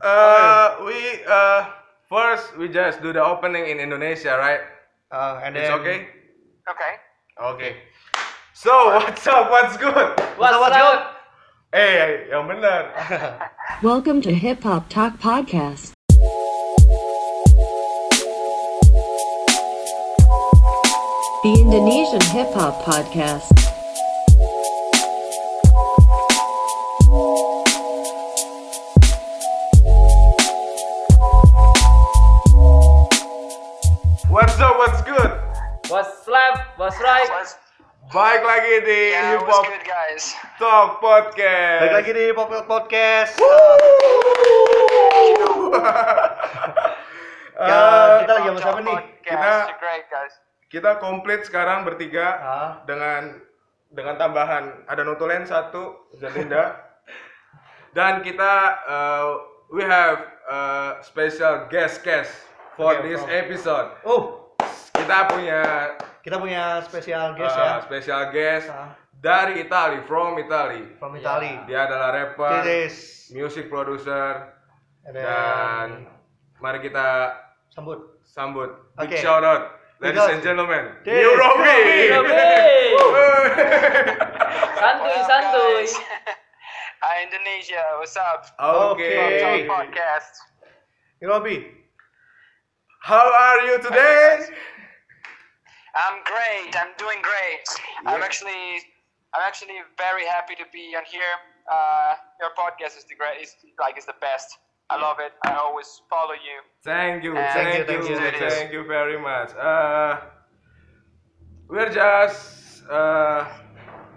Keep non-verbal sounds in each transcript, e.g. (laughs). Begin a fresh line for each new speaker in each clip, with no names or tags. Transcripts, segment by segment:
Uh, we uh first we just do the opening in Indonesia, right?
Uh, and
It's
then
okay.
Okay.
Okay. So (laughs) what's up? What's good?
What's up, what's
up?
good?
Eh, yang benar.
Welcome to Hip Hop Talk Podcast. The Indonesian Hip Hop Podcast.
What's up? What's good?
What's left? What's right?
What's,
Baik lagi di
yeah,
Hip
what's
Hop
good, guys?
Talk Podcast.
Balik
(laughs)
lagi di Pop Pop Podcast. Ya,
Eh,
kita lagi sama siapa nih?
Kita-
Kita great guys.
kita komplit sekarang bertiga
Ah,
dengan dengan tambahan ada Notulen satu
(laughs)
Zalinda dan kita eh, we have eh, special guest guest for
Okay,
this
from-
episode.
Oh,
Kita punya
kita punya spesial guest
eh,
ya
special guest
Ah.
dari Italy from Italy.
from Italy.
Dia adalah
It
rapper,
is.
music producer
And then,
dan mari kita
sambut.
sambut big
Oke.
shout out ladies
Because-
and gentlemen
This-
New Robi (laughs)
Robi.
What
santuy
up,
santuy
guys? (laughs) Hi Indonesia, what's up?
Oke
Pop Talk
Hey.
Podcast.
Robi.
How are you today?
I'm great. I'm doing great. I'm actually, I'm actually very happy to be on here. Uh, your podcast is the great. Is like is the best. I love it. I always follow you.
Thank you,
Thank
thank,
you,
you,
thank you.
thank you very much. Uh, we're just uh,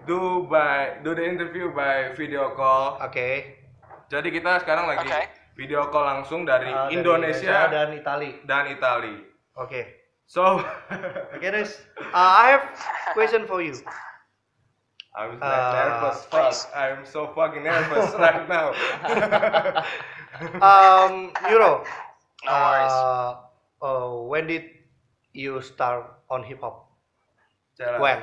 do by do the interview by video call.
Oke.
Jadi kita sekarang lagi
Okay.
video call langsung dari
Ah, dari
Indonesia dan,
dan Itali.
Itali.
Oke.
So, (laughs)
Oke, Riz. Ah, I have question for you.
I'm like
Uh,
nervous. Fuck. I'm so fucking nervous right now.
Um, Euro.
No worries.
Uh, oh, when did you start on hip hop?
Jalan.
When?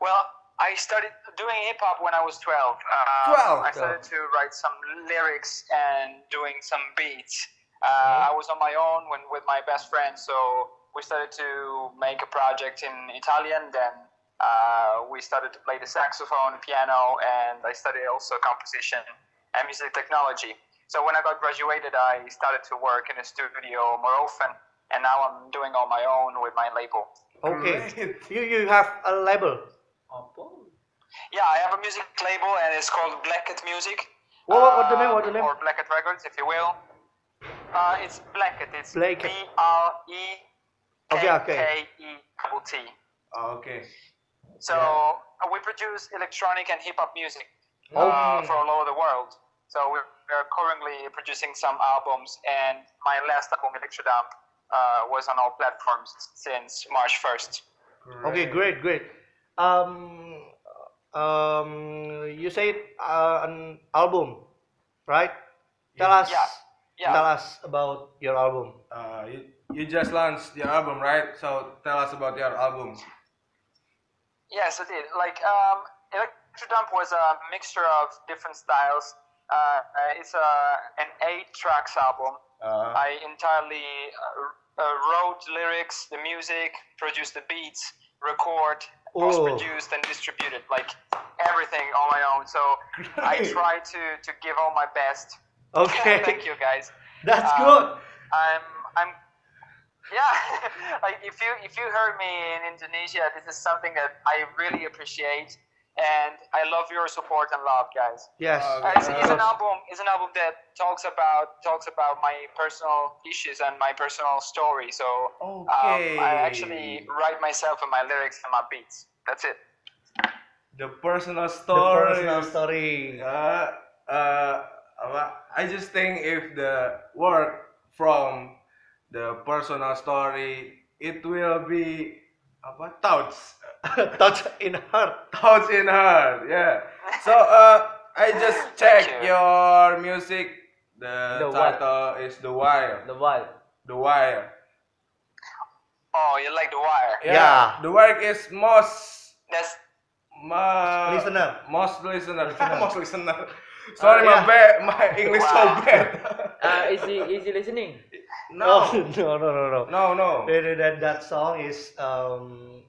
Well, I started doing hip hop when I was 12. Uh,
12,
I started to write some lyrics and doing some beats. Uh, I was on my own when, with my best friend, so we started to make a project in Italian. Then uh, we started to play the saxophone, piano, and I studied also composition and music technology. So when I got graduated, I started to work in a studio more often, and now I'm doing on my own with my label.
Okay.
Great.
You you have a label.
apa
Yeah, I have a music label and it's called Blacket Music. Uh,
What- what- what the name, what the name?
Or Blacket Records, if you will. Uh, it's Blacket. It's
Blacket.
B R E
Okay,
K
okay.
K E double T.
Oke.
So uh, we produce electronic and hip hop music uh,
Oh.
for all over the world. So we we are currently producing some albums, and my last album, Electrodump, uh, was on all platforms since March 1st.
Okay, great, great. Um, um, you said uh, an album, right? Tell us,
Yeah, yeah.
tell us about your album.
Uh, you, you just launched your album, right? So tell us about your album.
Yes, I did. Like, um, Electrodump was a mixture of different styles. Uh, uh, it's a, an eight tracks album.
Uh,
I entirely uh, uh, wrote lyrics, the music, produced the beats, record,
Oh.
post produced, and distributed. Like, everything on my own. So
(laughs)
I
Great.
try to, to give all my best.
Okay,
Thank you, guys.
(laughs) that's
Um,
good.
I'm I'm yeah. (laughs) like if you if you heard me in Indonesia, this is something that I really appreciate, and I love your support and love, guys.
Yes.
uh,
Uh, it's, it's an
Yes.
album. It's an album that talks about talks about my personal issues and my personal story. So um, I actually write myself in my lyrics and my beats. That's it.
The personal
The
story.
personal story. (laughs)
Uh, uh, apa- I just think if the work from the personal story, it will be apa thoughts,
Touch in heart.
thoughts in her. Yeah.
(laughs)
So uh, I just check
you.
your music. The,
The Wire.
title is The Wire.
the vibe
The Wire.
Oh, you like the wire?
Yeah.
The work is most
That's Uh,
ma-
(laughs) Listener. Uh,
Most listener. most listener. Sorry,
yeah.
my bad. (laughs) My English so
Wow.
bad.
Uh, easy easy listening.
No,
(laughs) no, no, no, no.
no, no.
That, that, that song is um,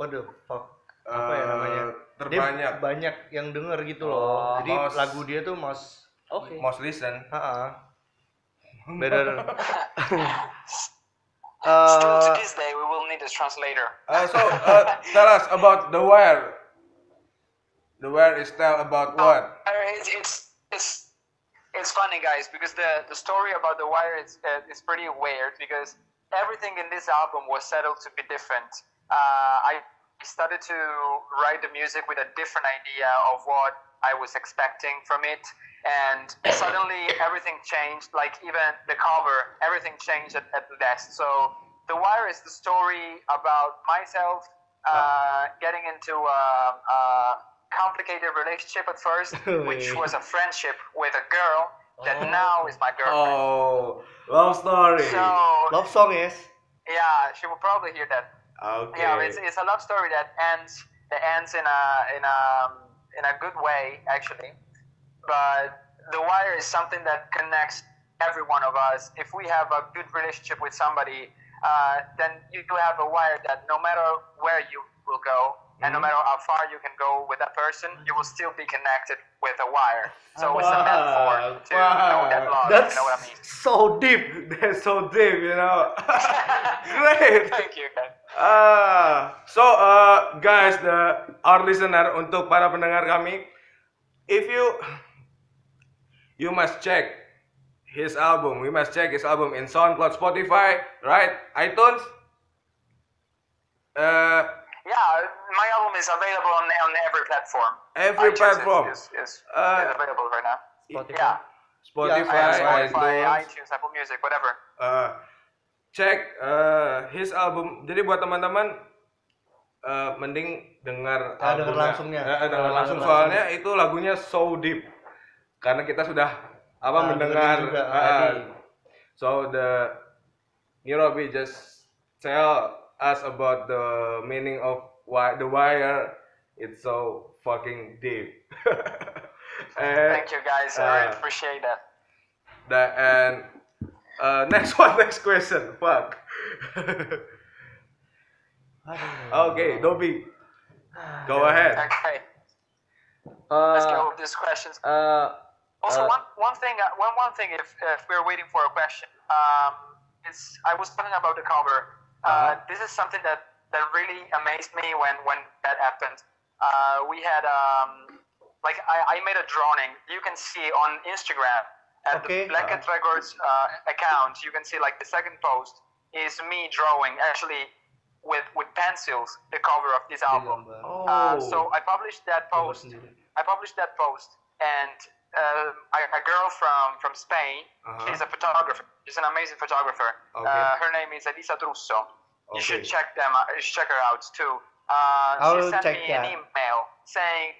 what the fuck? Apa ya
Eh,
namanya? Dia
Terbanyak.
banyak yang denger gitu loh.
Oh,
Jadi
most-
lagu dia tuh most
Okay.
Most listen.
Ah, ah. better.
Still to
uh,
this day, we will need a translator.
Uh, so uh, tell us about the where. The where is tell about what?
Uh, it's, it's it's it's funny, guys, because the the story about the wire is uh, is pretty weird because everything in this album was settled to be different. Uh, I started to write the music with a different idea of what I was expecting from it, and suddenly everything changed. Like even the cover, everything changed at, at last. So the wire is the story about myself uh, getting into a, a complicated relationship at first, which was a friendship with a girl that now is my girlfriend.
Oh, love story.
So
love song is
yeah, she will probably hear that.
okay.
Yeah, it's, it's a love story that ends that ends in a in a in a good way actually. But the wire is something that connects every one of us. If we have a good relationship with somebody, uh, then you do have a wire that no matter where you will go. And
Mm-hmm.
no matter how far you can go with that person, you will still be connected with a wire. So it's a
Wow,
metaphor to know that
wow.
love.
that's
you know what I mean?
so deep.
(laughs) That's so deep, you know.
(laughs)
Great.
Thank you, guys.
Ah, so uh, guys, the our listener untuk para pendengar kami, if you you must check his album. We must check his album in SoundCloud, Spotify, right? iTunes. Uh,
Yeah, my album is available on, on every platform.
Every
iTunes
platform.
is, is, is,
Uh,
is available right now.
Spotify.
Yeah,
Spotify,
Spotify,
iTunes.
iTunes, Apple Music, whatever.
Uh, cek uh, his album. Jadi buat teman-teman uh, mending dengar
Ah, denger
albumnya.
langsungnya.
Eh, eh, denger
Ah,
langsung
denger
soalnya itu lagunya so deep. Karena kita sudah apa
Ah,
mendengar
dengerin juga,
ah,
tadi.
so the Nirobi just tell us about the meaning of why the wire it's so fucking deep. (laughs) and,
Thank you guys. I
uh,
really appreciate that.
that and uh, (laughs) next one, next question. Fuck. (laughs) okay, Dobby. Go ahead.
Okay, let's
Uh,
go with these questions.
uh,
Also,
Uh,
one, one thing, uh, one, one thing if, if we're waiting for a question, um, it's, I was talking about the cover. Uh, This is something that, that really amazed me when, when that happened. Uh, we had, um, like, I, I made a drawing. You can see on Instagram at
Okay.
the Black Cat Records uh, account, you can see, like, the second post is me drawing, actually, with, with pencils, the cover of this album.
Oh,
Uh, so I published that post. I published that post, and uh, a, a girl from from Spain.
Uh-huh.
She's a photographer. She's an amazing photographer.
Okay.
Uh, her name is Elisa Trusso. You should
Okay.
check them. Out, you should check her out too. Uh,
I will
she sent
check
me
that.
an email saying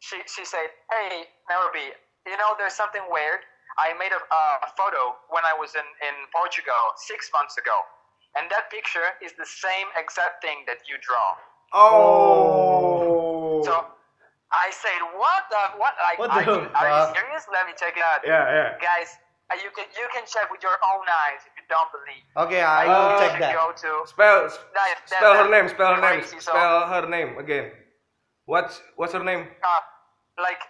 she she said, "Hey, Nairobi, you know there's something weird. I made a, a photo when I was in in Portugal six months ago, and that picture is the same exact thing that you draw."
oh.
So I said, "What the? What? Like,
What
are,
the
you, are you
fuck?
serious? Let me check that,
yeah, yeah.
guys. uh, You can you can check with your own eyes if you don't believe.
Okay, I will
Uh,
check
If
that.
Oh, you go to
Spell s-
That- that-
spell her
that's
name. Spell her name.
crazy, so-
Spell her name again. What's what's her name?
uh, like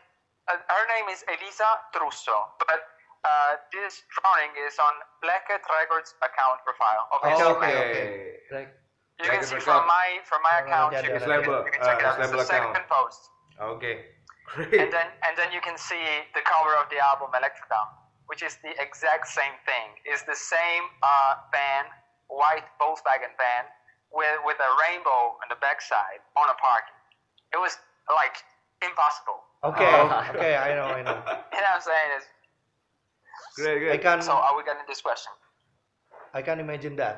uh, her name is Elisa Trusso, but uh, this drawing is on Blacket Records account profile of
Oh, Okay,
Instagram.
okay.
like
You can
Blackhead
see
Records.
from my from my
Oh,
account.
yeah,
you,
yeah,
can,
yeah.
you can-
Label,
you can check
uh,
it out. It's the
label account.
second post.
Okay. Great.
and uh, then and then you can see the cover of the album Electrodump, which is the exact same thing. It's the same uh, van, white Volkswagen van, with with a rainbow on the backside on a parking. It was like impossible. (laughs)
Okay,
Oh.
okay, I know, I know.
You know what I'm saying? It's,
great,
I
great.
can,
so are we getting this question?
I can imagine that.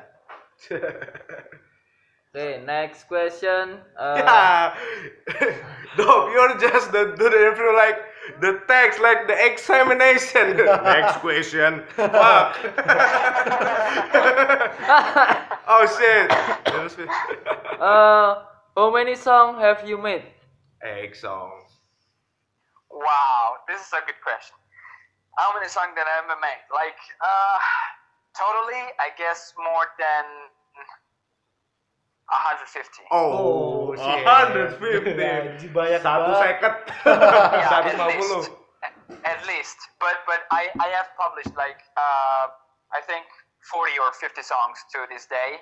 (laughs)
okay next question. Uh,
Yeah. no, you're just the dude if you like the text like the examination. Next question. Fuck. oh shit. (laughs)
uh, how many song have you made?
Egg songs.
Wow, this is a good question. How many songs did I ever make? Like, uh, totally, I guess more than 150.
Oh,
shit.
150.
Anjing, banyak
Satu
banget.
seket.
Yeah,
Satu
at
lima puluh.
least. At least. But but I, I have published like uh, I think 40 or 50 songs to this day.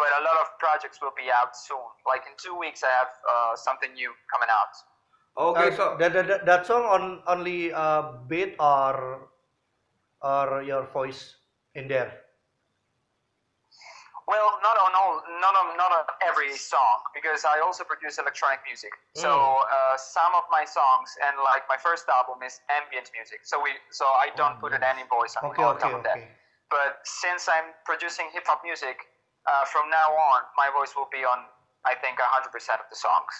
But a lot of projects will be out soon. Like in two weeks, I have uh, something new coming out.
Oke,
Uh,
so
that, that, that- that song on only uh, beat or or your voice in there.
Well, not on all, not on not on every song because I also produce electronic music.
Mm.
So uh, some of my songs and like my first album is ambient music. So we so I don't put in any voice
Oh,
on,
Okay,
Oh, on
okay,
top of that.
okay.
But since I'm producing hip hop music, uh, from now on, my voice will be on, I think, 100% of the songs.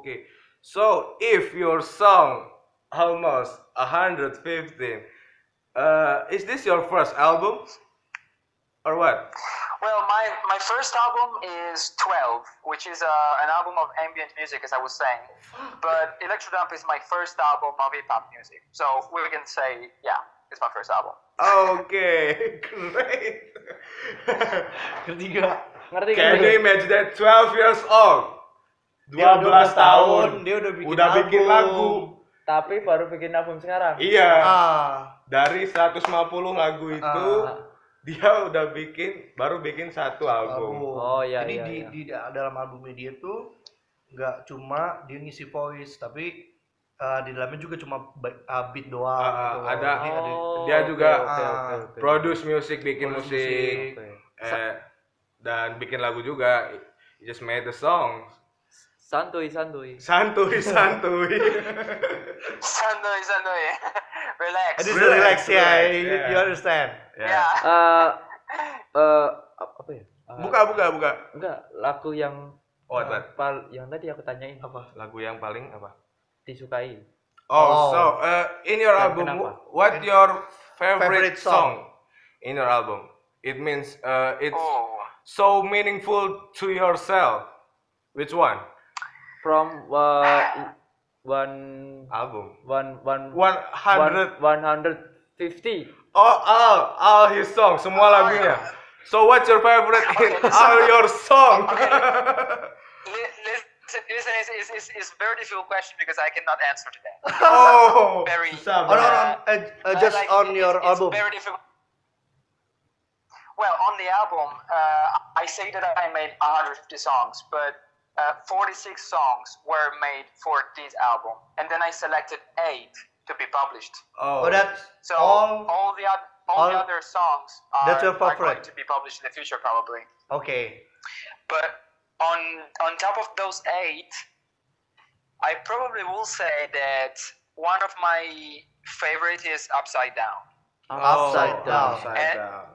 Okay. So if your song almost 115, uh, is this your first album? Or what?
Well, my, my first album is 12, which is uh, an album of ambient music, as I was saying. But Electrodump is my first album of hip hop music. So we can say, yeah, it's my first album.
Okay, (laughs) great.
(laughs) Ketiga.
Ngerti kan?
Can you imagine that 12 years old? 12
Dia udah udah
tahun,
tahun, dia udah bikin
lagu.
album.
Tapi baru bikin album sekarang.
Iya.
Ah,
Dari 150 lagu itu
Ah.
dia udah bikin baru bikin satu album.
album.
Oh, iya,
Jadi
iya,
di,
iya.
di dalam albumnya dia tuh nggak cuma dia ngisi voice, tapi uh, di dalamnya juga cuma ba- uh, beat doang.
Ah, ah,
gitu loh.
ada- Oh.
Jadi
dia
oke,
juga,
oke, oke,
ah,
oke.
Produce music, bikin
Produce
musik,
musik.
Oke.
eh, dan bikin lagu juga. He Just made the song.
Santuy, santuy.
(laughs) Santuy, santuy.
Sandoy, Sandoy. (laughs) Relax.
This is
Relax,
relax, ya,
relax,
you,
yeah.
you understand.
Ya.
yeah.
Eh, eh, apa ya? Eh,
Buka, buka, buka.
Enggak, lagu yang
Oh, apa?
pal- yang tadi aku tanyain apa?
lagu yang paling apa?
Disukai.
Oh,
Oh.
so uh, in your
Dan
album,
kenapa?
what your favorite,
Favorite
song
song.
in your album? It means uh, it's
Oh.
so meaningful to yourself. Which one?
From uh, one
Album.
one one
One
one
hundred.
one hundred fifty.
Oh, all, all his songs, semua lagunya. So what's your favorite in (laughs) all your (laughs) song?
Li- Listen, listen it's, it's, it's, it's a very difficult question because I cannot answer to that.
oh, (laughs)
Very-
susah
Oh, no, no,
banget.
uh, uh, just
Like,
on
it's-
your
it's
album.
very difficult. Well, on the album, uh, I say that I made 150 songs, but uh, 46 songs were made for this album, and then I selected eight to be published.
Oh,
Oh, that's
So all,
all.
oh.
the other all, the
all-
other songs are,
That's your
are going
favorite.
to be published in the future probably.
Okay.
But on on top of those eight, I probably will say that one of my favorite is Upside Down.
Upside down.
Oh. Upside down.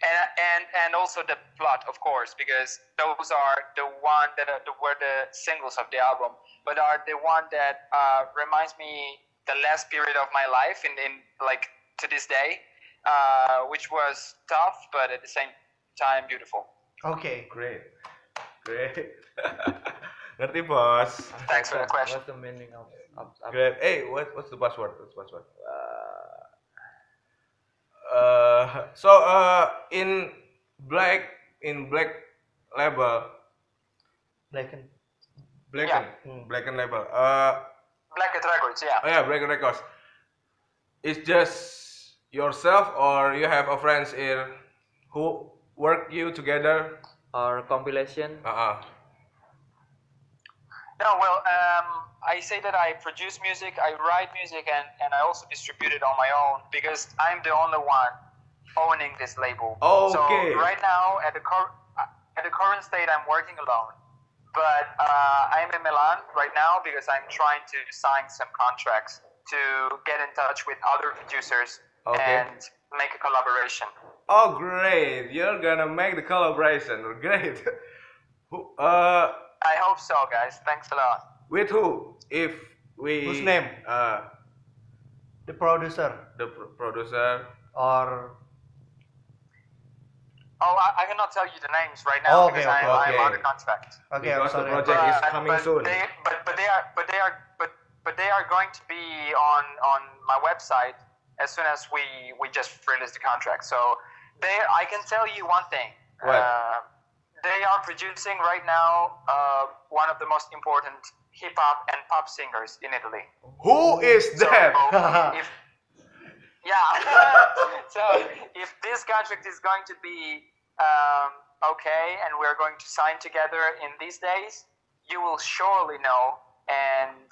and and and also the plot, of course, because those are the one that are the, were the singles of the album, but are the one that uh, reminds me the last period of my life in, in like to this day, uh, which was tough, but at the same time beautiful.
Okay.
Great, great. (laughs) Ngerti bos.
Thanks for the question.
What's the meaning of of, of
Great. Hey, what, what's the password? What's the password? Uh, so uh, in black in black label,
Black and
black
Yeah. Hmm.
black and label. Uh,
Black Cat Records, yeah.
oh yeah, black and records. It's just yourself, or you have a friends here who work you together.
or compilation?
Uh-uh.
No, well, um, I say that I produce music, I write music, and, and I also distribute it on my own because I'm the only one owning this label.
Okay.
So right now, at the cur- at the current state, I'm working alone. But uh, I'm in Milan right now because I'm trying to sign some contracts to get in touch with other producers
Okay.
and make a collaboration.
Oh great! You're gonna make the collaboration. (laughs) Great. who, uh,
I hope so, guys. Thanks a lot.
with who? If we
Whose name?
Uh,
the producer
the pr- producer.
or
Oh, I, I cannot tell you the names right now
Okay,
because I'm,
okay.
I'm under contract.
okay, I'm
Because the
sorry.
project- Jack is coming
but
soon.
They, but, but they are but they are but, but they are going to be on on my website as soon as we we just released the contract. So there, I can tell you one thing.
What?
Uh, they are producing right now uh, one of the most important hip hop and pop singers in Italy.
Who is
So
that? (laughs)
if yeah, so if this contract is going to be um, okay and we're going to sign together in these days, you will surely know, and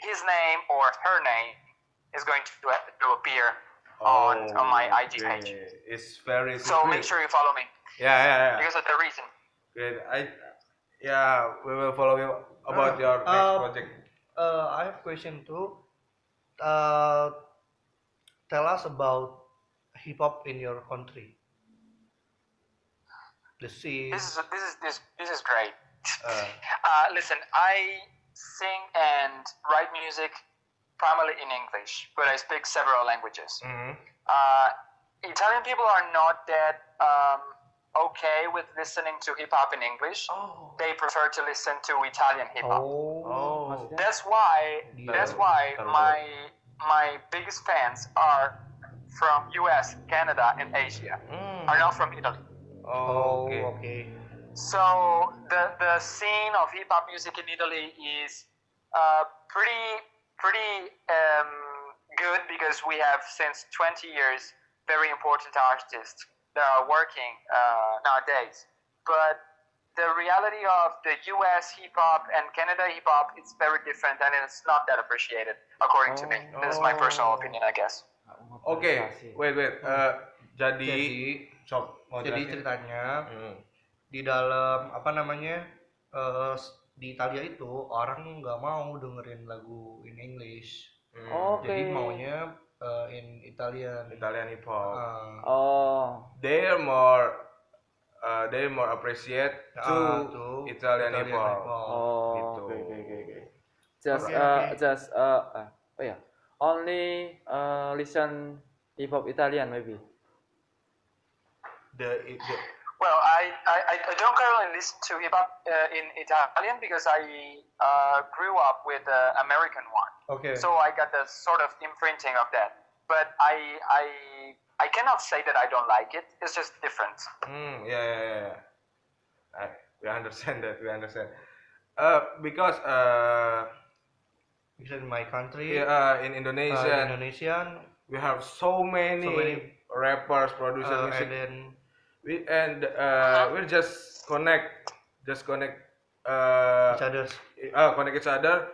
his name or her name is going to, uh, to appear on on my IG page.
okay. Oh, It's very
So
secret.
make sure you follow me
Yeah, yeah, yeah.
because of the reason.
Great. I, yeah, we will follow you about
Uh,
your next
uh,
project.
Uh, I have question too. Uh, tell us about hip hop in your country. The scene.
This is this is this this is great.
Uh,
Uh, listen, I sing and write music primarily in English, but I speak several languages.
Mhm.
Uh, Italian people are not that um, okay with listening to hip hop in English.
oh.
They prefer to listen to Italian hip hop.
Oh.
That's why. That's why my my biggest fans are from U.S., Canada, and Asia. Are not from Italy.
Oh, okay.
okay.
So the the scene of hip hop music in Italy is uh, pretty pretty um, good because we have since 20 years very important artists that are working uh, nowadays. But the reality of the U.S. hip hop and Canada hip hop is very different, and it's not that appreciated, according to me. This is my personal opinion, I guess.
Oke, wait wait. Eh, jadi,
Jadi,
Sob, mau
jadi
jelasin?
ceritanya
Hmm.
di dalam apa namanya eh, s- di Italia itu orang nggak mau dengerin lagu in English.
Hmm.
Oke.
Jadi maunya eh, in Italian.
Italian hip hop.
Eh,
Oh.
They're more uh, they more appreciate to,
ah, tuh,
Italian, hip hop.
Oh.
Gitu.
Oke, oke, oke, oke. Just
Oke,
uh,
oke.
just uh, uh, oh ya. Only uh, listen hip hop Italian maybe.
The, the-
Well, I, I, I I don't currently listen to hip hop uh, in Italian because I uh, grew up with the American one.
Oke.
So I got the sort of imprinting of that. But I, I, I cannot say that I don't like it. It's just different.
Hmm, yeah, yeah, yeah, yeah. I, we understand that. We understand. Uh, because uh,
Because in my country,
yeah, uh, in
uh,
Indonesia,
Indonesian,
we have so many,
So many,
rappers, producer
uh,
music,
and then
we, and uh, we'll just connect, just connect, uh,
each others.
uh, connect each other.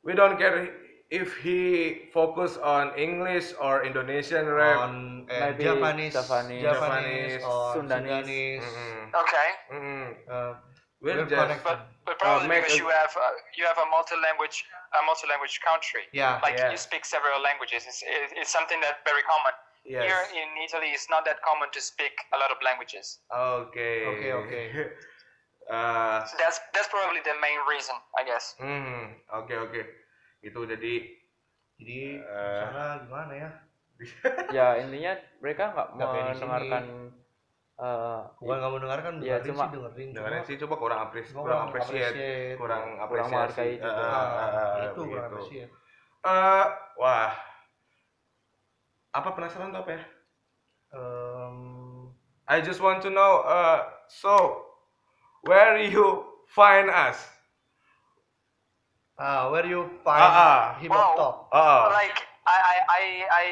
We don't care if he focus on English or Indonesian rap.
on eh,
Maybe
Japanese,
Japanese,
Japanese, or Sundanese.
Sundanese.
Mm,
Okay.
mm,
Uh,
we'll
We'll
just
connect.
But, but
Oh,
probably
make
because
a-
you have uh, you have a multi language a multi language country.
yeah.
Like
Yeah.
you speak several languages. It's, it, it's something that's very common.
yes.
Here in Italy, it's not that common to speak a lot of languages.
Okay.
Okay,
(laughs)
okay.
uh,
That's that's probably the main reason, I guess.
hmm, oke oke. Itu jadi (laughs)
Jadi
Eh.
sana gimana ya?
ya intinya mereka nggak
Nggak kayak di sini.
mendengarkan eh,
Bukan kamu dengarkan,
Iya,
dengerin
cuma-
sih dengerin.
dengarnya
cuma
sih coba kurang apres
Kurang
kurang appreciate
appreciate.
kurang
Kurang menghargai
apresiasi
juga.
Ah,
ah,
ah, ah,
itu kurang ya.
begitu.
appreciate.
Eh, wah apa penasaran tuh apa ya
Em,
I just want to know uh, so where you find us
ah, where you find
Ah, ah.
hip hop
Wow.
top?
oh
like I, I, I, I,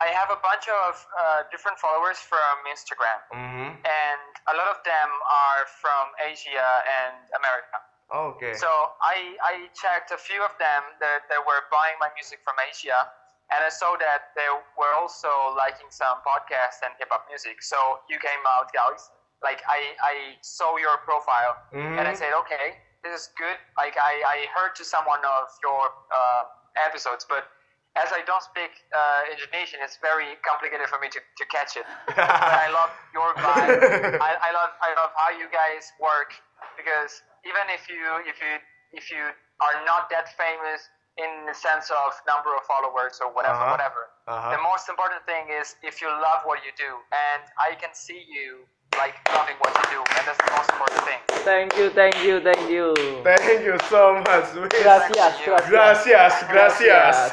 I have a bunch of uh, different followers from Instagram,
Mhm.
and a lot of them are from Asia and America.
Oh, oke
So I, I checked a few of them that, that were buying my music from Asia, and I saw that they were also liking some podcasts and hip hop music. So you came out, guys. Like I, I saw your profile, and I
Mhm.
said, okay, this is good. Like I, I heard to someone of your uh, episodes, but as I don't speak uh, Indonesian, it's very complicated for me to, to catch
(laughs)
it. but I love your vibe. I, I love I love how you guys work because even if you if you if you are not that famous in the sense of number of followers or whatever
Uh-huh.
whatever,
Uh-huh.
the most important thing is if you love what you do, and I can see you like loving what you do, and that's the most important thing. (laughs)
thank you thank you thank you
thank you so much
gracias
Thank you.
(laughs)
gracias
gracias gracias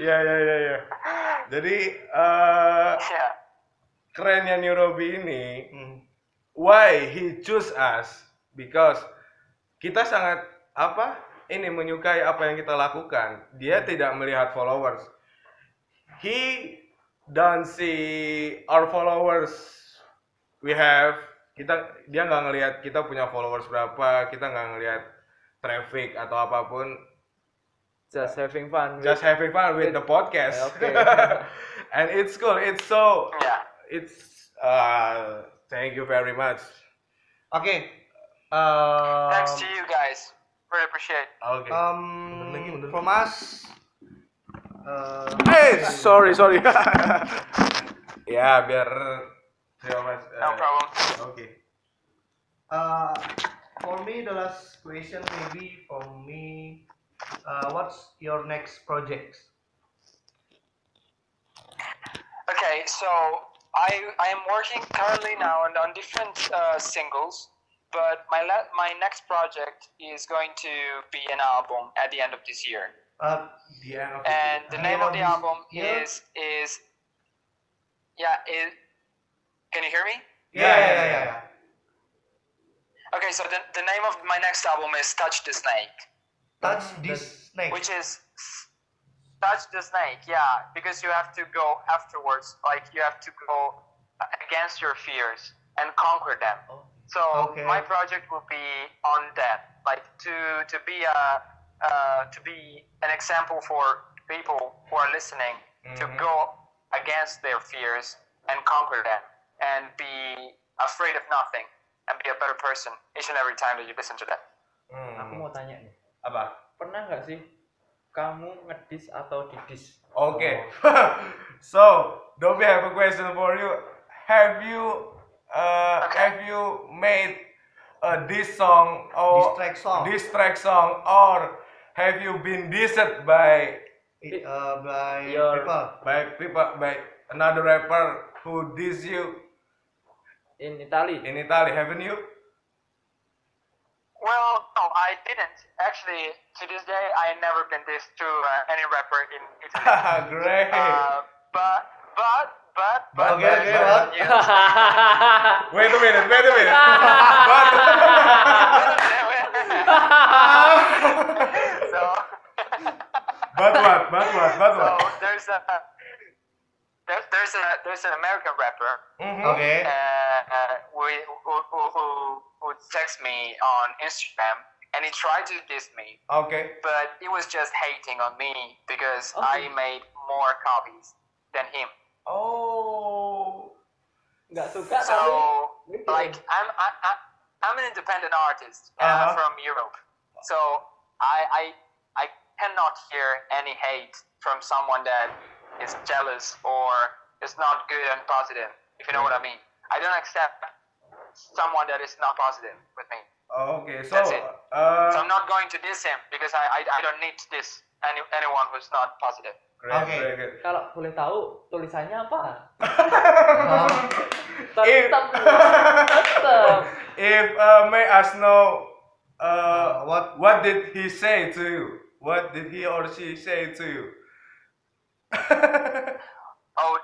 Iya iya iya. iya. Jadi eh,
Yeah.
kerennya New Robi ini
Hmm.
why he choose us because kita sangat apa ini menyukai apa yang kita lakukan dia tidak melihat followers he don't see our followers we have kita dia nggak ngelihat kita punya followers berapa kita nggak ngelihat traffic atau apapun
Just having fun.
just having fun with the podcast
Okay.
(laughs) and it's cool it's so
Yeah.
it's uh thank you very much
Oke. Um,
Thanks to you guys. Really appreciate.
okay
um,
Bentar lagi, bentar lagi.
from us.
Eh,
eh,
sorry, sorry. (laughs) ya, biar Terima kasih.
No problem.
Oke.
Uh, for me, the last question maybe for me, uh, what's your next project?
Okay, so I I am working currently now on, on different uh, singles, but my la- my next project is going to be an album at the end of this year,
Uh,
Dia
and the
An
name of the
album
album
this year?
is is yeah is. Can you hear me?
yeah, yeah, yeah, yeah, yeah.
Okay, so the, the name of my next album is Touch the Snake,
Touch this snake.
which is Touch the Snake, yeah, because you have to go afterwards, like you have to go against your fears and conquer them. So
Okay.
my project will be on that, like to to be a uh, to be an example for people who are listening to go against their fears and conquer them and be afraid of nothing and be a better person each and every time that you listen to that.
Aku mau tanya nih,
Apa?
pernah nggak sih kamu ngedis atau didis?
Oke. (laughs) so, Dobby have a question for you. Have you uh, have you made uh, this song or
Diss track song.
diss track song or have you been dissed by
It, uh, by
Your-
people.
(laughs) by people by another rapper who diss you
In Italy.
in Italy? Haven't you? (laughs)
Well, no, I didn't. Actually, to this day, I never been this to uh, any rapper in Italy.
(laughs) Great.
uh, but but but
But-
Okay, okay, what?
Wait a minute, wait a minute. but,
(laughs) so. (laughs)
but what? But what? But
So
what?
there's a there, there's a there's an American rapper
Okay.
uh, uh, who, who, who, who- who texts me on Instagram and he tried to diss me,
Okay.
but he was just hating on me because
Okay.
I made more copies than him.
Oh.
(laughs) Nggak suka
So
tapi
like I'm I, I, I'm an independent artist uh,
Uh-huh.
from Europe, so I, I I cannot hear any hate from someone that is jealous or is not good and positive. If you know what I mean, I don't accept someone that is not positive with me.
Okay. So.
That's it. So
Uh,
I'm not going to diss him because I I, I don't need to diss any, anyone who's not positive.
great,
Okay.
great, great.
kalau boleh tahu tulisannya apa?
Uh,
If- (laughs)
Tetap, tetap.
If uh, may us know,
uh,
uh,
what?
what did he say to you? What did he or she say to you? (laughs)
Oh.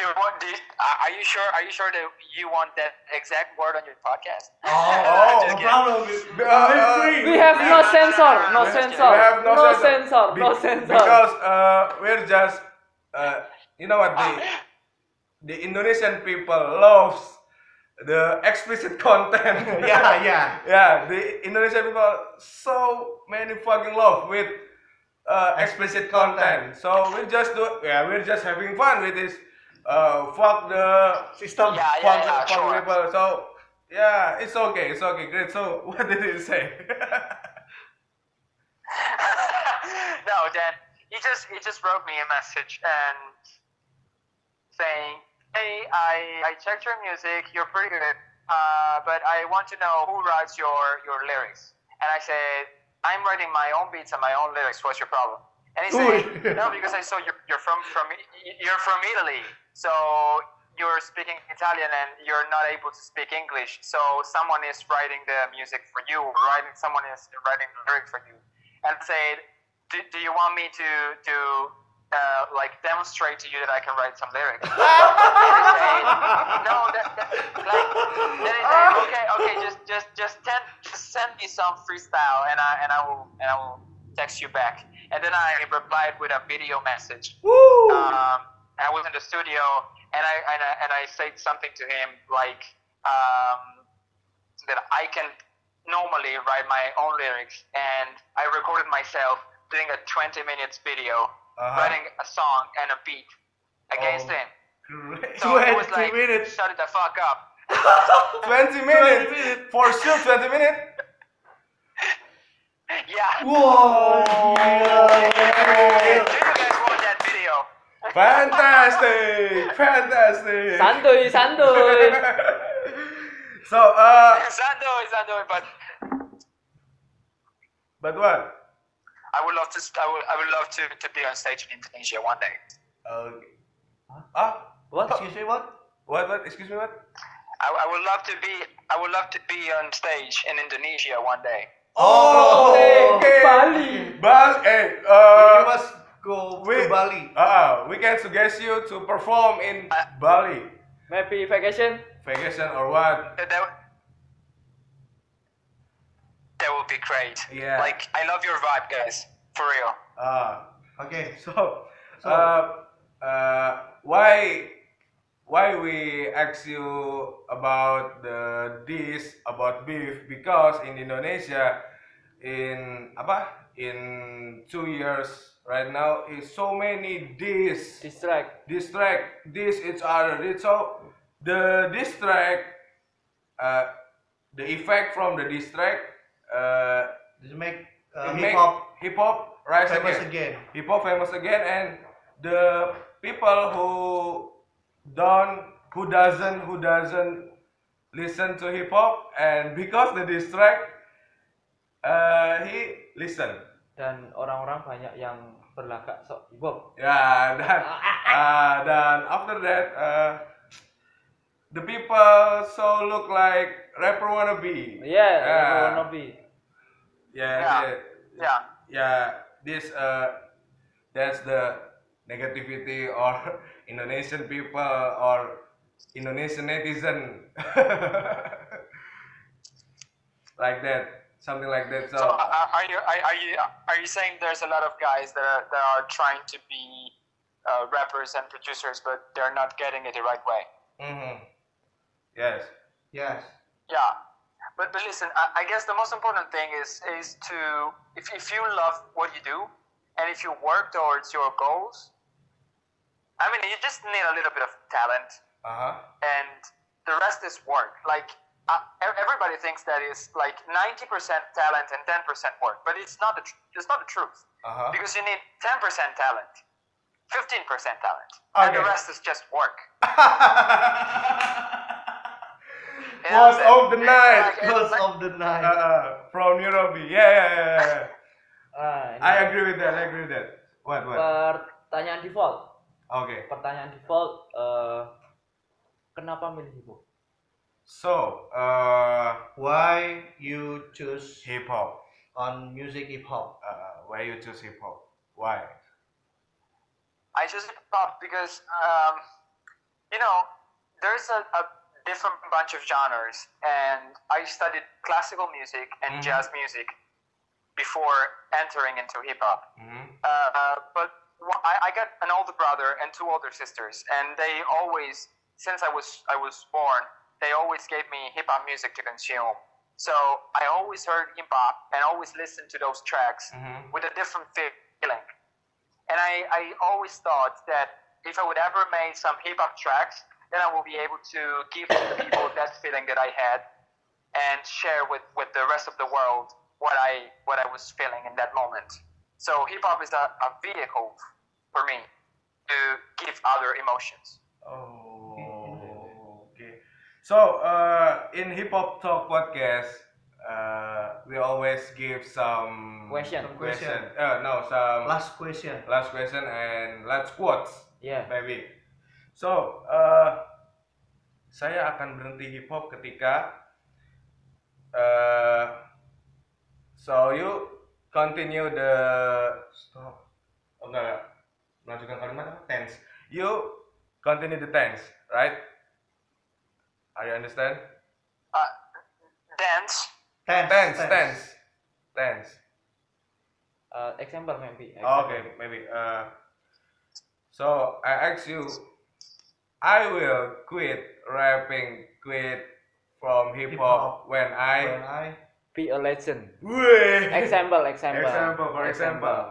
Dude, what do you- Uh, are are you sure? Are you sure that you want that exact word on your podcast? (laughs)
Oh,
Just
no
kidding.
problem.
Uh, uh,
We have no sensor, no
We-
sensor,
We have no,
sensor,
Be-
no sensor.
Because uh, we're just, uh, you know what the the Indonesian people loves the explicit (laughs) content.
(laughs) yeah, yeah.
yeah. The Indonesian people so many fucking love with uh, explicit content. So we're just do yeah, we're just having fun with this. Uh, fuck the
System.
Yeah, yeah,
fuck,
yeah,
fuck
sure.
people. So yeah, it's okay, it's okay, great. So (laughs) what did he say? (laughs)
(laughs) no, Dan. He just he just wrote me a message and saying, "Hey, I I checked your music. You're pretty good, uh, but I want to know who writes your your lyrics." And I said, "I'm writing my own beats and my own lyrics. What's your problem?" And he
Ooh.
said, "No, because I saw you're, you're from from you're from Italy, so." You're speaking Italian and you're not able to speak English, so someone is writing the music for you, or writing someone is writing the lyric for you and said, do, do you want me to, to uh, like demonstrate to you that I can write some lyrics. Then he said, no,
(laughs)
that, that like then he said, okay, okay, just just just send just send me some freestyle and I and I will and I will text you back. And then I replied with a video message.
Woo!
Um, I was in the studio and I and I, and I said something to him like um, that I can normally write my own lyrics, and I recorded myself doing a 20 minutes video
Uh-huh.
writing a song and a beat against
Oh.
(laughs)
him.
Great.
So it was
20
like, (laughs)
minutes.
shut it the fuck up.
20 minutes. For sure 20 minutes. (laughs)
Yeah.
Wow.
Do you guys want that video?
Fantastic. Fantastic.
santuy santuy
(laughs) so,
(laughs)
uh,
Sando is not doing, but
but what?
I would love to. I would, I would love to, to be on stage in Indonesia one day.
Okay. Ah,
what
Excuse me, what?
what, what? Excuse me, what?
I, I would love to be. I would love to be on stage in Indonesia one day.
Oh,
Oke,
okay.
Bali.
Bal- eh,
you
uh,
must go
we,
to Bali. Uh,
Uh, we can suggest you to perform in Bali,
maybe vacation
vacation or what?
That, that, that would be great.
Yeah.
Like I love your vibe, guys. For real.
Uh,
Okay.
(laughs)
So,
so,
So-
uh, uh, why, why we ask you about the this about beef? Because in Indonesia, in apa? In two years right now, is so many this.
distract
distract this each other. It's So the distract, uh, the effect from the distract, uh,
just make uh,
make
hip hop
hip hop rise
famous
again.
again.
Hip hop famous again, and the people who don't, who doesn't, who doesn't listen to hip hop, and because the distract, uh, he listen.
dan orang-orang banyak yang berlagak sok bob
Yeah, (laughs) dan, ah, dan after that, uh, the people so look like rapper wannabe.
yeah
Yeah.
yeah. wannabe
Yeah,
Yeah.
yeah,
Yeah.
yeah, This uh, that's the negativity or (laughs) Indonesian people or Indonesian netizen, (laughs) like that, something like that. So,
So uh, are, are you are, are you are you saying there's a lot of guys that are, that are trying to be uh, rappers and producers, but they're not getting it the right way?
mhm. yes,
Yes.
Yeah, but but listen, I, I guess the most important thing is is to if if you love what you do, and if you work towards your goals, I mean, you just need a little bit of talent,
uh huh,
and the rest is work. Like uh, e- everybody thinks that is like ninety percent talent and ten percent work, but it's not the tr- it's not the truth
uh
(laughs)
(laughs) huh.
because you need ten percent talent, fifteen percent talent, and the
Okay.
rest is just work. You know
Boss
what I'm saying?
of the night.
Like,
Girls
like-
of the
(laughs)
night.
Uh, from Nairobi. Yeah, yeah, yeah, yeah.
ah, ini
I agree with that. I agree with that. What?
Uh,
What?
pertanyaan default
Okay.
pertanyaan default eh, kenapa milih hip hop
So, uh,
Why you choose
hip hop.
on music hip hop?
Uh, why you choose hip hop? Why?
I choose hip hop because, um, you know, there's a, a different bunch of genres, and I studied classical music and
Mhm.
jazz music before entering into hip hop.
Mm-hmm.
hmm
Uh, uh, but wh- I, I got an older brother and two older sisters, and they always, since I was I was born, they always gave me hip hop music to consume. So I always heard hip hop and always listened to those tracks
Mhm.
with a different feeling. And I, I always thought that if I would ever make some hip hop tracks, then I will be able to give to the people that feeling that I had and share with, with the rest of the world what I what I was feeling in that moment. So hip hop is a, a vehicle for me to give other emotions.
Oh. Okay. So, uh, in Hip Hop Talk podcast, uh, we always give some
Question.
Some
question.
question.
Uh, no, some
Last question.
last question and last quotes.
ya
Baby. So, eh, saya akan berhenti hip hop ketika eh so you continue the
Stop.
oh enggak, enggak. melanjutkan kalimat apa? tense. You continue the tense, right? Are you understand?
Uh, dance.
Tense,
Tense, tense, tense.
Uh, example maybe.
Oh, okay, maybe. Uh, so I ask you, I will quit rapping, quit from hip hop
Hip-hop.
when
When
I.
I
Be a legend.
Weh.
Example, example.
Example, for example.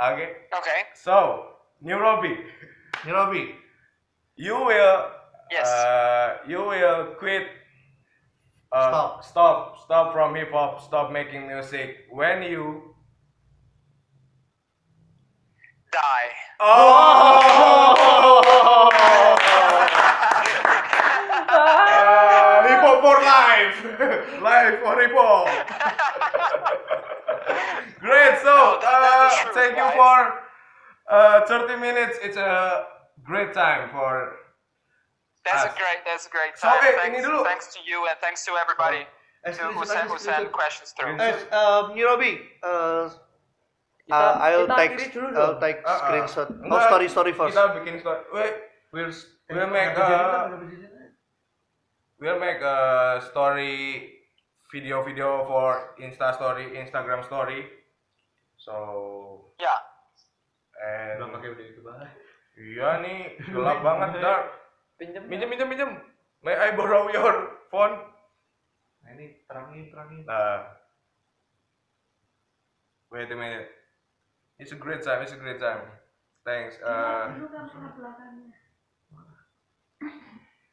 Okay.
Okay.
So, new Robbie,
Ini Robby.
you will.
Yes.
Uh, you will quit. uh,
Stop.
Stop. Stop from hip hop. Stop making music when you. (laughs)
Die.
Oh! (laughs)
(laughs)
Uh, hip hop for life. (laughs) life for hip hop. Great. So
No, that- that
uh,
is true,
thank you
guys.
for uh, 30 minutes. It's a great time for. uh,
That's
Us.
a great. That's a great
So,
time.
eh, Ah.
thanks,
ini dulu. Ah.
thanks to you and thanks to everybody
Eh,
to, who
please,
sent who
please,
sent
please.
questions through.
Please.
Eh, um, Ini Robby. Eh,
Kita,
uh, I'll
kita
take
akhiri dulu dong.
I'll take
Uh-uh.
screenshot. Oh,
Enggak,
story story first. Nah,
Kita bikin story. Wait, we'll we'll make uh, a we'll make a story video-video for Insta story, Instagram story. So
Yeah.
and
Belum pakai video YouTube aja.
iya nih gelap banget
(laughs)
dark.
Pinjem.
Minjem minjem minjem. May I borrow your phone?
Nah, ini terangin terangin.
Nah. Wait a minute. It's a great time. It's a great time. Thanks. Uh,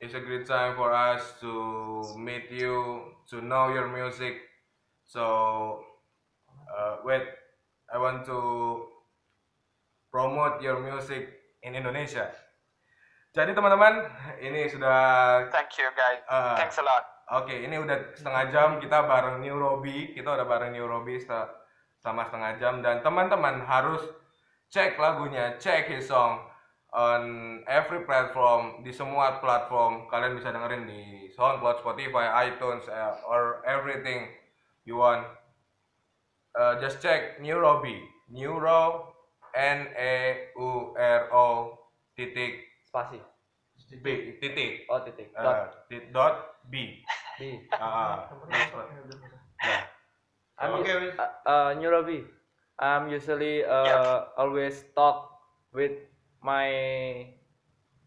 it's a great time for us to meet you, to know your music. So, uh, wait, I want to promote your music in Indonesia. Jadi teman-teman, ini sudah
Thank you, guys.
Uh,
thanks a lot.
Oke, ini udah setengah jam kita bareng New Robi, kita udah bareng New Robi seta- selama setengah jam dan teman-teman harus cek lagunya, cek his song on every platform di semua platform kalian bisa dengerin di SoundCloud, Spotify, iTunes eh, or everything you want. Uh, just check New Robi, Neuro N E U R O titik
Spasi.
B titik
Oh titik.
eh,
Dot.
tit- dot B.
Di.
(laughs) Ah, ah. Ya.
I'm
Okay,
u-
we-
uh, uh, new Robby. I'm usually uh, always talk with my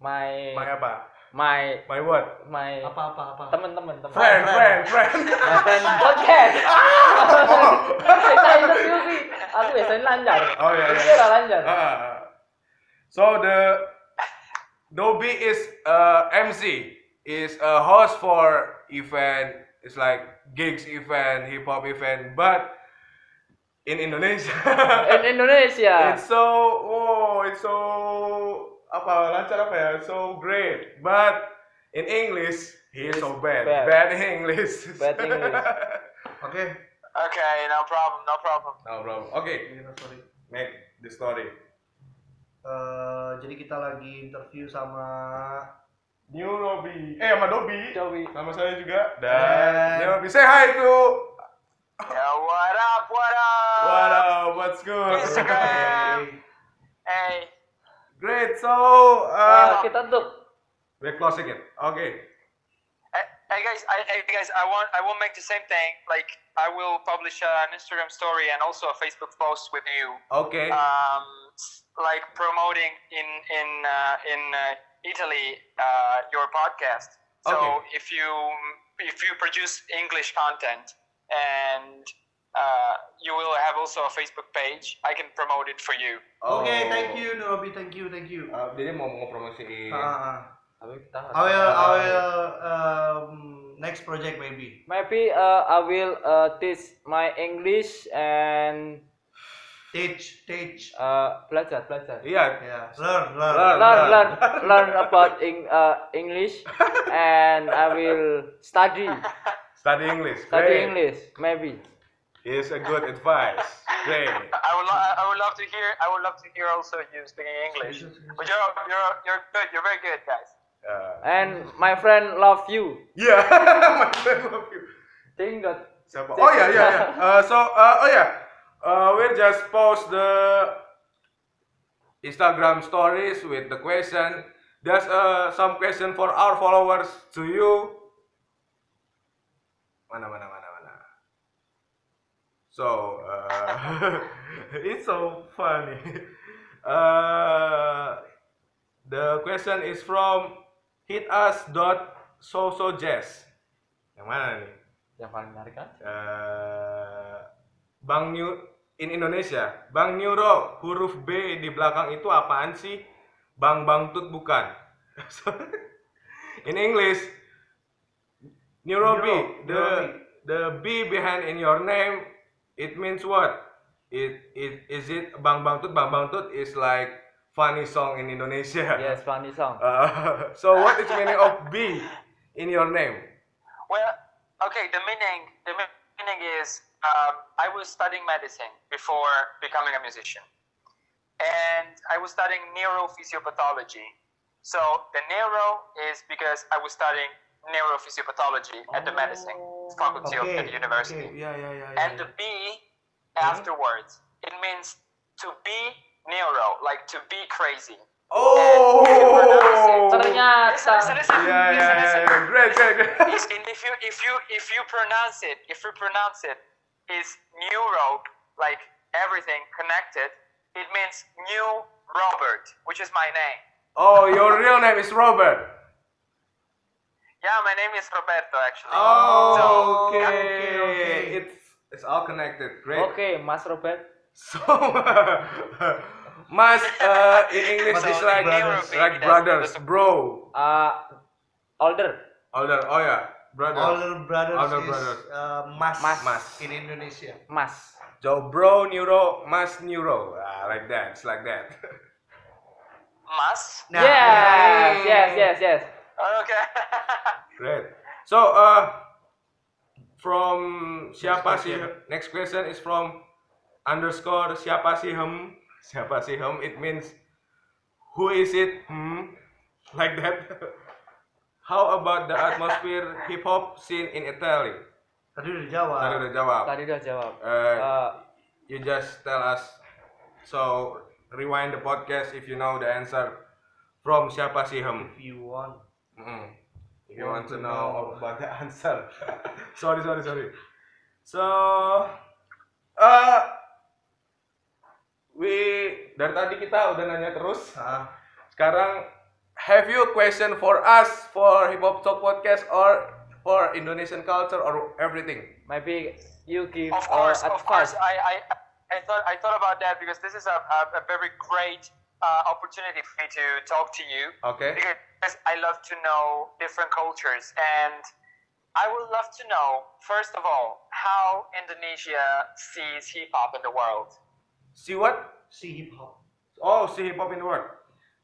my
My apa?
my
My what?
my
Apa apa apa.
teman-teman teman.
Friend, friend, friend. (laughs) Ah!
My friend podcast. (laughs) Kita interview sih. Aku biasanya lancar.
Oh, iya, iya.
Ini udah lancar.
Ah. so the Dobi is uh, MC, is a host for event. It's like gigs event, hip hop event, but in
In
Indonesia,
Indonesia.
ah. (laughs) it's so oh, it's so apa lancar apa ya? So great, but in English he is
It's
so bad.
bad.
Bad English.
Bad English.
Oke.
Okay, no problem. No
(laughs)
problem.
(laughs) no problem. Okay,
Ini story.
make the story.
Eh, jadi kita lagi interview sama
New Robi. Eh sama Dobi.
Dobi.
Sama saya juga.
Dan-
Dan New Robi. Say hi to
Yeah, what up? What up?
What up? What's good?
Instagram. Hey.
Great. So uh,
Uh, kita tuh
we're closing it. Okay.
Hey hey, guys, I, hey guys, I want I won't make the same thing. Like I will publish an Instagram story and also a Facebook post with you,
Okay.
um, s- like promoting in in uh, in uh, Italy uh, your podcast. So
Okay.
if you if you produce English content and uh, you will have also a Facebook page, I can promote it for you.
Oh.
Oke, thank you Norobi, thank you, thank you.
Uh, jadi mau ngepromosiin.
Ah, ah, ah.
Tapi kita
I will, I will, um, next project maybe.
Maybe uh, I will uh, teach my English and
Teach, teach.
uh, belajar belajar.
Iya.
Ya, learn, learn.
Learn.
Learn learn learn about in, uh, English and I will study
Study English.
study
Great.
English maybe.
Is a good advice. Great.
I would, lo- I would love to hear. I would love to hear also you speaking English. But you're, you're, you're good. You're very good, guys.
Uh,
And my friend love you.
(laughs) yeah. (laughs) My friend love you.
Think that
Siapa? Oh ya ya eh, ya. Uh, so uh, oh ya. Uh, we'll just post the Instagram stories with the question. There's uh, some question for our followers to you. Mana mana mana mana. So uh, (laughs) it's so funny. (laughs) Uh, the question is from hit us dot so so jazz. Yang mana nih?
yang paling menarik kan
eh Bang New in Indonesia, Bang Neuro huruf B di belakang itu apaan sih? Bang Bangtut bukan. (laughs) in English, Neuro B,
Neuro,
the
Neuro B.
the B behind in your name, it means what? It it is it Bang Bangtut Bang Bangtut is like funny song in Indonesia.
yes funny song
(laughs) Uh, so what is meaning of B in your name?
Well, okay. The meaning, the me- meaning is, um, I was studying medicine before becoming a musician, and I was studying neurophysiopathology. So the neuro is because I was studying neurophysiopathology at the medicine faculty of
Okay,
at the university,
okay.
Yeah yeah yeah.
and the B
Mm-hmm.
afterwards it means to be neuro, like to be crazy.
Eh,
Oh.
Listen,
ternyata
listen, listen,
Yeah,
listen,
yeah, yeah,
listen.
yeah. Great, great, great.
(laughs)
It's- and if you if you if you pronounce it if you pronounce it is neuro like everything connected it means new robert which is my name
Oh, your real name is Robert.
yeah my name is roberto actually
Oh, okay.
okay, okay.
It's it's all connected. Great.
oke mas Robert
So, (laughs) Mas uh, in English
Mas
is
is
like
brothers.
like brothers, bro.
uh, older
Older. Oh yeah, brothers.
Older brothers
Older
is
brothers.
uh, mas,
Mas.
Mas.
in Indonesia.
mas
So, bro, neuro, Mas neuro. Ah, like that. It's like that. (laughs)
mas
Nah,
yes yes yes yes
(laughs)
okay
Great. So, uh, from siapa sih? Next question is from underscore siapa sih hem? Siapa sih hem? It means who is it? Hmm, like that. (laughs) How about the (laughs) atmosphere hip hop scene in Italy?
Tadi udah jawab.
Tadi udah jawab.
tadi udah jawab
Uh,
Uh,
you just tell us. So rewind the podcast if you know the answer from siapa sih hem?
If you want.
Mm. If you want to know about the answer. (laughs) sorry, sorry, sorry. So, uh, we dari tadi kita udah nanya terus.
Ah,
Sekarang, have you question for us for Hip Hop Talk podcast or for Indonesian culture or everything?
maybe you give
of course
Uh,
our
of course
advice
I, I i thought i thought about that because this is a, a, a very great uh, opportunity for me to talk to you
Okay.
because I love to know different cultures and I would love to know first of all how Indonesia sees hip hop in the world.
See what?
si hip hop.
Oh, see hip hop in the world.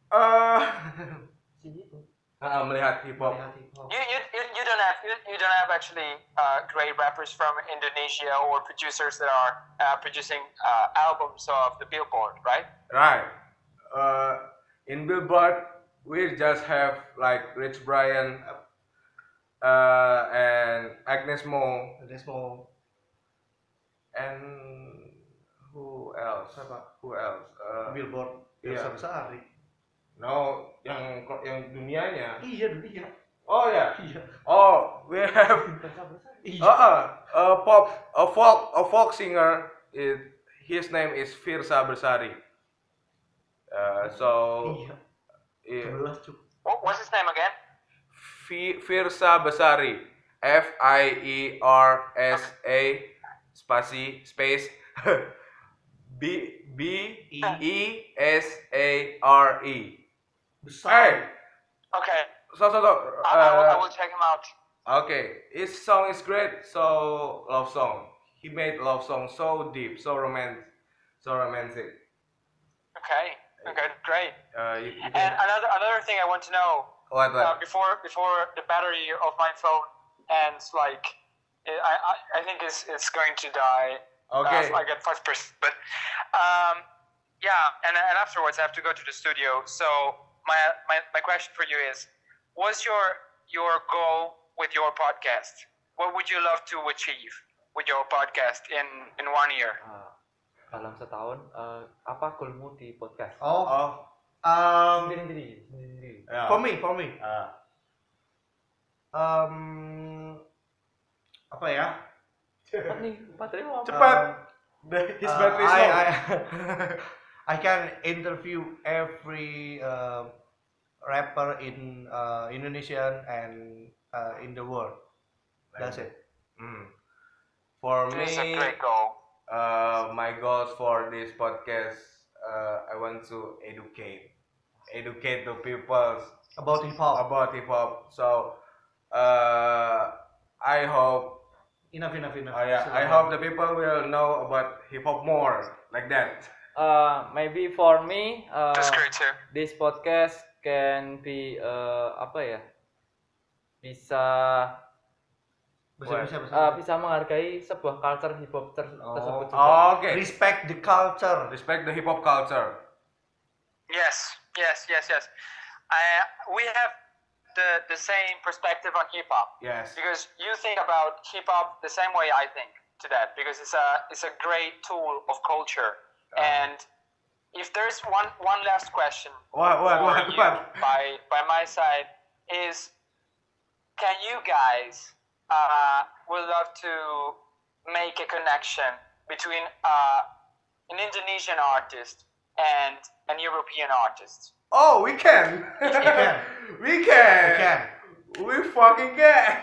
Uh, (laughs) Ah, melihat hip hop.
Lihat hip hop.
You you, you, you don't have you, you don't have actually uh, great rappers from Indonesia or producers that are uh, producing uh, albums of the Billboard, right?
Right. Uh, in Billboard, we just have like Rich Brian uh, and Agnes Mo
Agnes Mo.
and who else?
Siapa?
Who else? Uh,
Billboard.
Iya.
Besar besar.
no, yang yang dunianya.
Iya dunia.
Oh ya.
Iya.
Oh, we have
Besar besar.
uh, uh, a pop a folk a folk singer. It, his name is Firsa Bersari. Uh, so
Iya.
yeah.
Belas cuk.
What, what's his name again?
Fi- Firsa Besari. F I E R S A spasi space (laughs) B B
I.
E S A R E. Hey,
Besar.
Okay,
so so so.
I, I, will, I
uh,
will check him out.
okay, his song is great. So love song. He made love song so deep, so romantic, so romantic.
Okay, okay, great.
Uh, you, you
And
can,
another another thing I want to know
what
uh,
what?
before before the battery of my phone ends, like I I, I think it's it's going to die.
Okay.
Uh, I get five percent, but um, yeah, and and afterwards I have to go to the studio. So my my my question for you is, what's your your goal with your podcast? What would you love to achieve with your podcast in in one year?
Uh, dalam setahun eh, apa goalmu di podcast?
Oh,
Oh,
um,
Sendiri sendiri sendiri. sendiri.
ya.
for me, for me.
(laughs) Ah.
Um, apa ya?
Cepat nih, cepat dari mau apa?
Cepat.
Um,
The- His
Uh,
battery is
I, (laughs)
low.
I- I can interview every uh, rapper in uh, Indonesian and uh, in the world. That's it.
Hmm. For
It is a
me,
great goal.
uh, my goals for this podcast, uh, I want to educate, educate the people
About hip hop.
about hip hop. So, uh, I hope,
Enough, enough, enough.
oh yeah, I
Silakan.
hope the people will know about hip hop more, like that.
Eh, maybe for me eh,
uh,
That's great too.
this podcast can be eh, apa ya? Bisa
Bisa, bisa, bisa.
eh, bisa menghargai sebuah culture hip hop ter-
Oh.
tersebut. juga.
Okay,
Respect the culture.
respect the hip hop culture.
Yes, yes, yes, yes. I, we have the, the same perspective on hip hop
Yes.
because you think about hip hop the same way I think to that because it's a it's a great tool of culture. And if there's one one last question
What? What?
for
What?
you
What?
by by my side is can you guys uh, would love to make a connection between uh, an Indonesian artist and an European artist?
Oh, we can. we
can.
(laughs) We can.
We can.
We fucking can.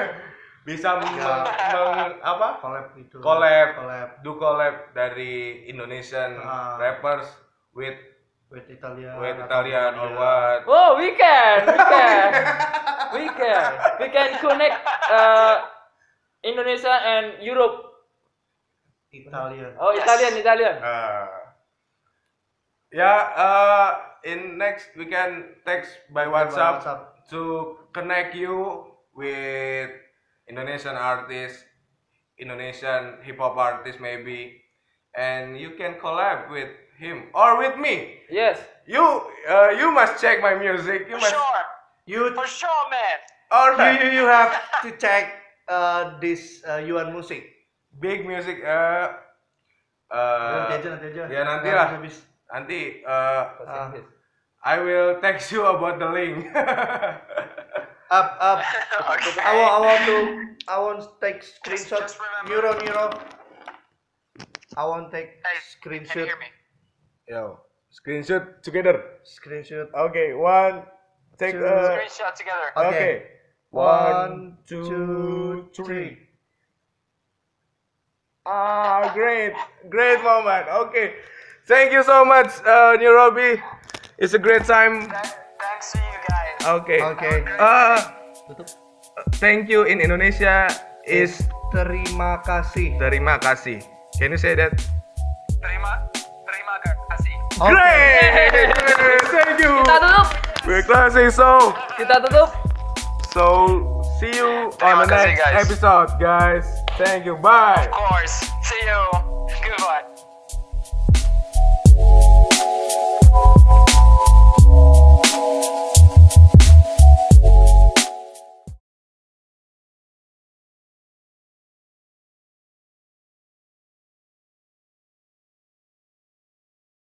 (laughs) Bisa meng, meng- apa?
Collab itu.
Collab.
Collab
Do collab dari Indonesian
Ah.
rappers with
with Italian.
with
atau
Italian or
India.
what?
Oh, we can, we can, we can, we can connect uh, Indonesia and Europe.
Italian.
Oh,
Yes.
Italian, Italian.
Uh, yeah. Uh, in next we can text by WhatsApp,
WhatsApp.
to connect you with Indonesian artists, Indonesian hip hop artists maybe, and you can collab with him or with me.
Yes.
You uh, you must check my music. You
For
must.
sure,
You
for sure, man. (laughs)
All
you,
right.
you you have to check uh, this uh, Yuan Music.
Big music. Uh, uh,
nanti aja, nanti aja.
ya, nanti
Harus
lah.
Habis.
nanti uh,
Ah.
I will text you about the link. (laughs)
Up, up.
Okay.
I want, I want to, I want to take screenshot.
just remember-
Neuro, neuro. I want take
Hey, Can you
screenshot.
hear me?
Yo, screenshot together.
Screenshot.
Okay, one, take
Two.
uh,
Screenshot together.
Okay.
Okay.
One,
One,
two,
two,
three.
three.
Ah, great, great moment. Okay, thank you so much, uh, Nairobi. It's a great time.
Thank- Thanks to you guys.
Okay.
Okay.
Uh, thank you in Indonesia is
Terima kasih.
terima kasih. Can you say that?
Terima, terima kasih.
Okay.
Great. thank you.
Kita tutup,
We're closing so
kita tutup.
so. See you on the
Terima kasih,
next
guys.
episode, guys. Thank you. Bye.
Of course. See you. Goodbye.